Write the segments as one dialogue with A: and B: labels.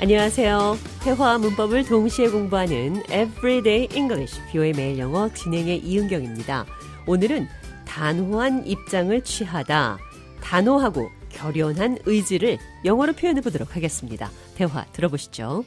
A: 안녕하세요. 회화와 문법을 동시에 공부하는 Everyday English, 뷰의 매일 영어 진행의 이은경입니다. 오늘은 단호한 입장을 취하다, 단호하고 결연한 의지를 영어로 표현해 보도록 하겠습니다. 대화 들어보시죠.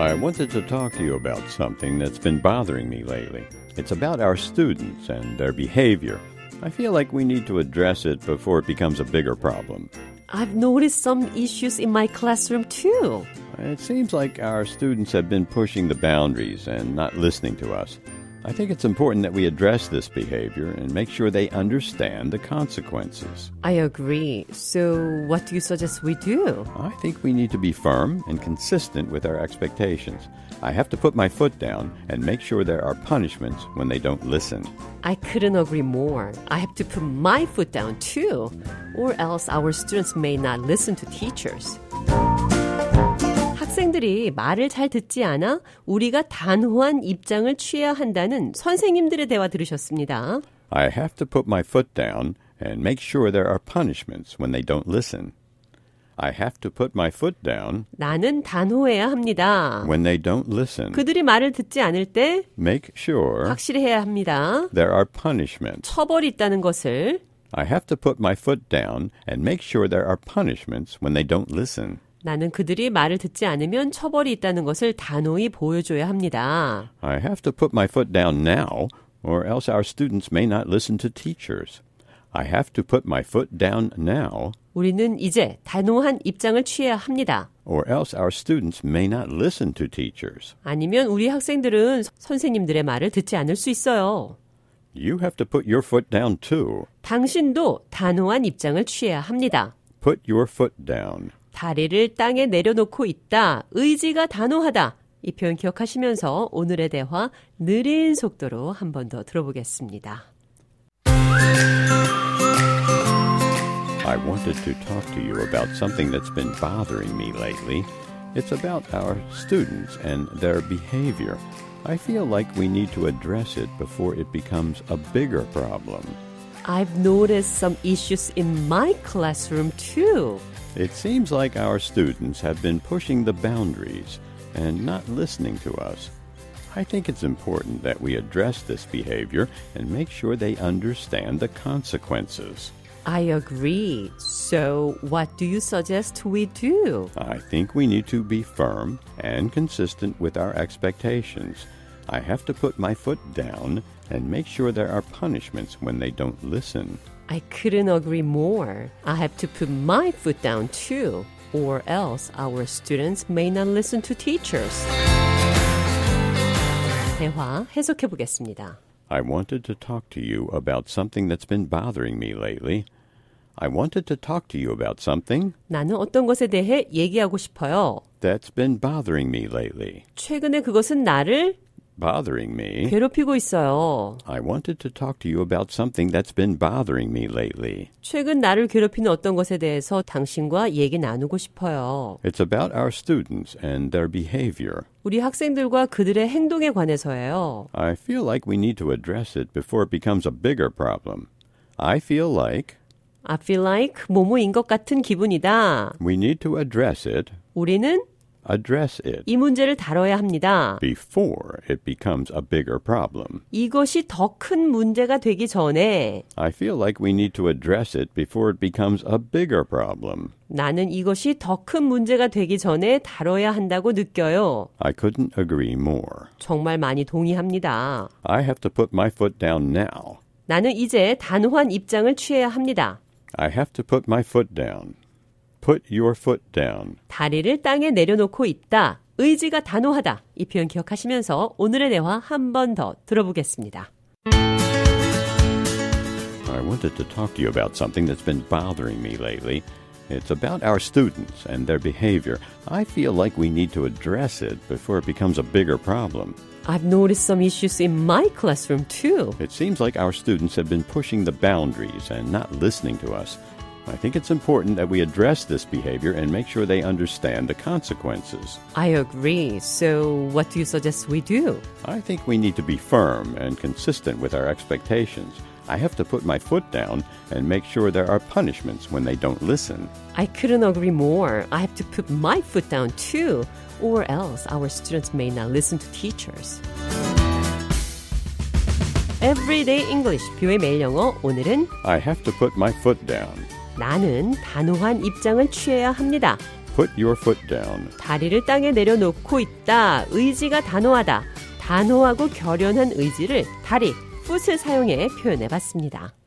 B: I wanted to talk to you about something that's been bothering me lately. It's about our students and their behavior. I feel like we need to address it before it becomes a bigger problem.
A: I've noticed some issues in my classroom too.
B: It seems like our students have been pushing the boundaries and not listening to us. I think it's important that we address this behavior and make sure they understand the consequences.
A: I agree. So, what do you suggest we do?
B: I think we need to be firm and consistent with our expectations. I have to put my foot down and make sure there are punishments when they don't listen.
A: I couldn't agree more. I have to put my foot down too, or else our students may not listen to teachers. 학생들이 말을 잘 듣지 않아 우리가 단호한 입장을 취해야 한다는 선생님들의 대화 들으셨습니다.
B: I have to put my foot down and make sure there are punishments when they don't listen. I have to put my foot down
A: 나는 단호해야 합니다.
B: when they don't listen.
A: 그들이 말을 듣지 않을 때
B: Make sure
A: 확실히 해야 합니다.
B: there are punishments.
A: 처벌이 있다는 것을
B: I have to put my foot down and make sure there are punishments when they don't listen.
A: 나는 그들이 말을 듣지 않으면 처벌이 있다는 것을 단호히 보여줘야 합니다.
B: I have to put my foot down now, or else our students may not listen to teachers. I have to put my foot down now,
A: 우리는 이제 단호한 입장을 취해야 합니다.
B: or else our students may not listen to teachers.
A: 아니면 우리 학생들은 서- 선생님들의 말을 듣지 않을 수 있어요.
B: You have to put your foot down too.
A: 당신도 단호한 입장을 취해야 합니다.
B: Put your foot down.
A: 다리를 땅에 내려놓고 있다. 의지가 단호하다. 이 표현 기억하시면서 오늘의 대화 느린 속도로 한 번 더 들어보겠습니다.
B: I wanted to talk to you about something that's been bothering me lately. It's about our students and their behavior. I feel like we need to address it before it becomes a bigger problem.
A: I've noticed some issues in my classroom too.
B: It seems like our students have been pushing the boundaries and not listening to us. I think it's important that we address this behavior and make sure they understand the consequences.
A: I agree. So, what do you suggest we do?
B: I think we need to be firm and consistent with our expectations. I have to put my foot down and make sure there are punishments when they don't listen.
A: I couldn't agree more. I have to put my foot down too, or else our students may not listen to teachers. 대화 해석해 보겠습니다.
B: I wanted to talk to you about something that's been bothering me lately. I wanted to talk to you about something
A: 나는 어떤 것에 대해 얘기하고 싶어요.
B: that's been bothering me lately.
A: 최근에 그것은 나를
B: Bothering me?
A: 괴롭히고 있어요.
B: I wanted to talk to you about something that's been bothering me lately.
A: 최근 나를 괴롭히는 어떤 것에 대해서 당신과 얘기 나누고 싶어요.
B: It's about our students and their behavior.
A: 우리 학생들과 그들의 행동에 관해서예요.
B: I feel like we need to address it before it becomes a bigger problem. I feel like
A: I feel like 뭐뭐인 것 같은 기분이다.
B: we need to address it,
A: 우리는
B: address it,
A: 이 문제를 다뤄야 합니다.
B: before it becomes a bigger problem.
A: 이것이 더 큰 문제가 되기 전에
B: I feel like we need to address it before it becomes a bigger problem.
A: 나는 이것이 더 큰 문제가 되기 전에 다뤄야 한다고 느껴요.
B: I couldn't agree more.
A: 정말 많이 동의합니다.
B: I have to put my foot down now.
A: 나는 이제 단호한 입장을 취해야 합니다.
B: I have to put my foot down. Put your foot down.
A: 다리를 땅에 내려놓고 있다. 의지가 단호하다. 이 표현 기억하시면서 오늘의 대화 한 번 더 들어보겠습니다.
B: I wanted to talk to you about something that's been bothering me lately. It's about our students and their behavior. I feel like we need to address it before it becomes a bigger problem.
A: I've noticed some issues in my classroom too.
B: It seems like our students have been pushing the boundaries and not listening to us. I think it's important that we address this behavior and make sure they understand the consequences.
A: I agree. So, what do you suggest we do?
B: I think we need to be firm and consistent with our expectations. I have to put my foot down and make sure there are punishments when they don't listen.
A: I couldn't agree more. I have to put my foot down too, or else our students may not listen to teachers. Everyday English, 뷰의 매일 영어. 오늘은
B: I have to put my foot down.
A: 나는 단호한 입장을 취해야 합니다.
B: Put your foot down.
A: 다리를 땅에 내려놓고 있다. 의지가 단호하다. 단호하고 결연한 의지를 다리, foot을 사용해 표현해 봤습니다.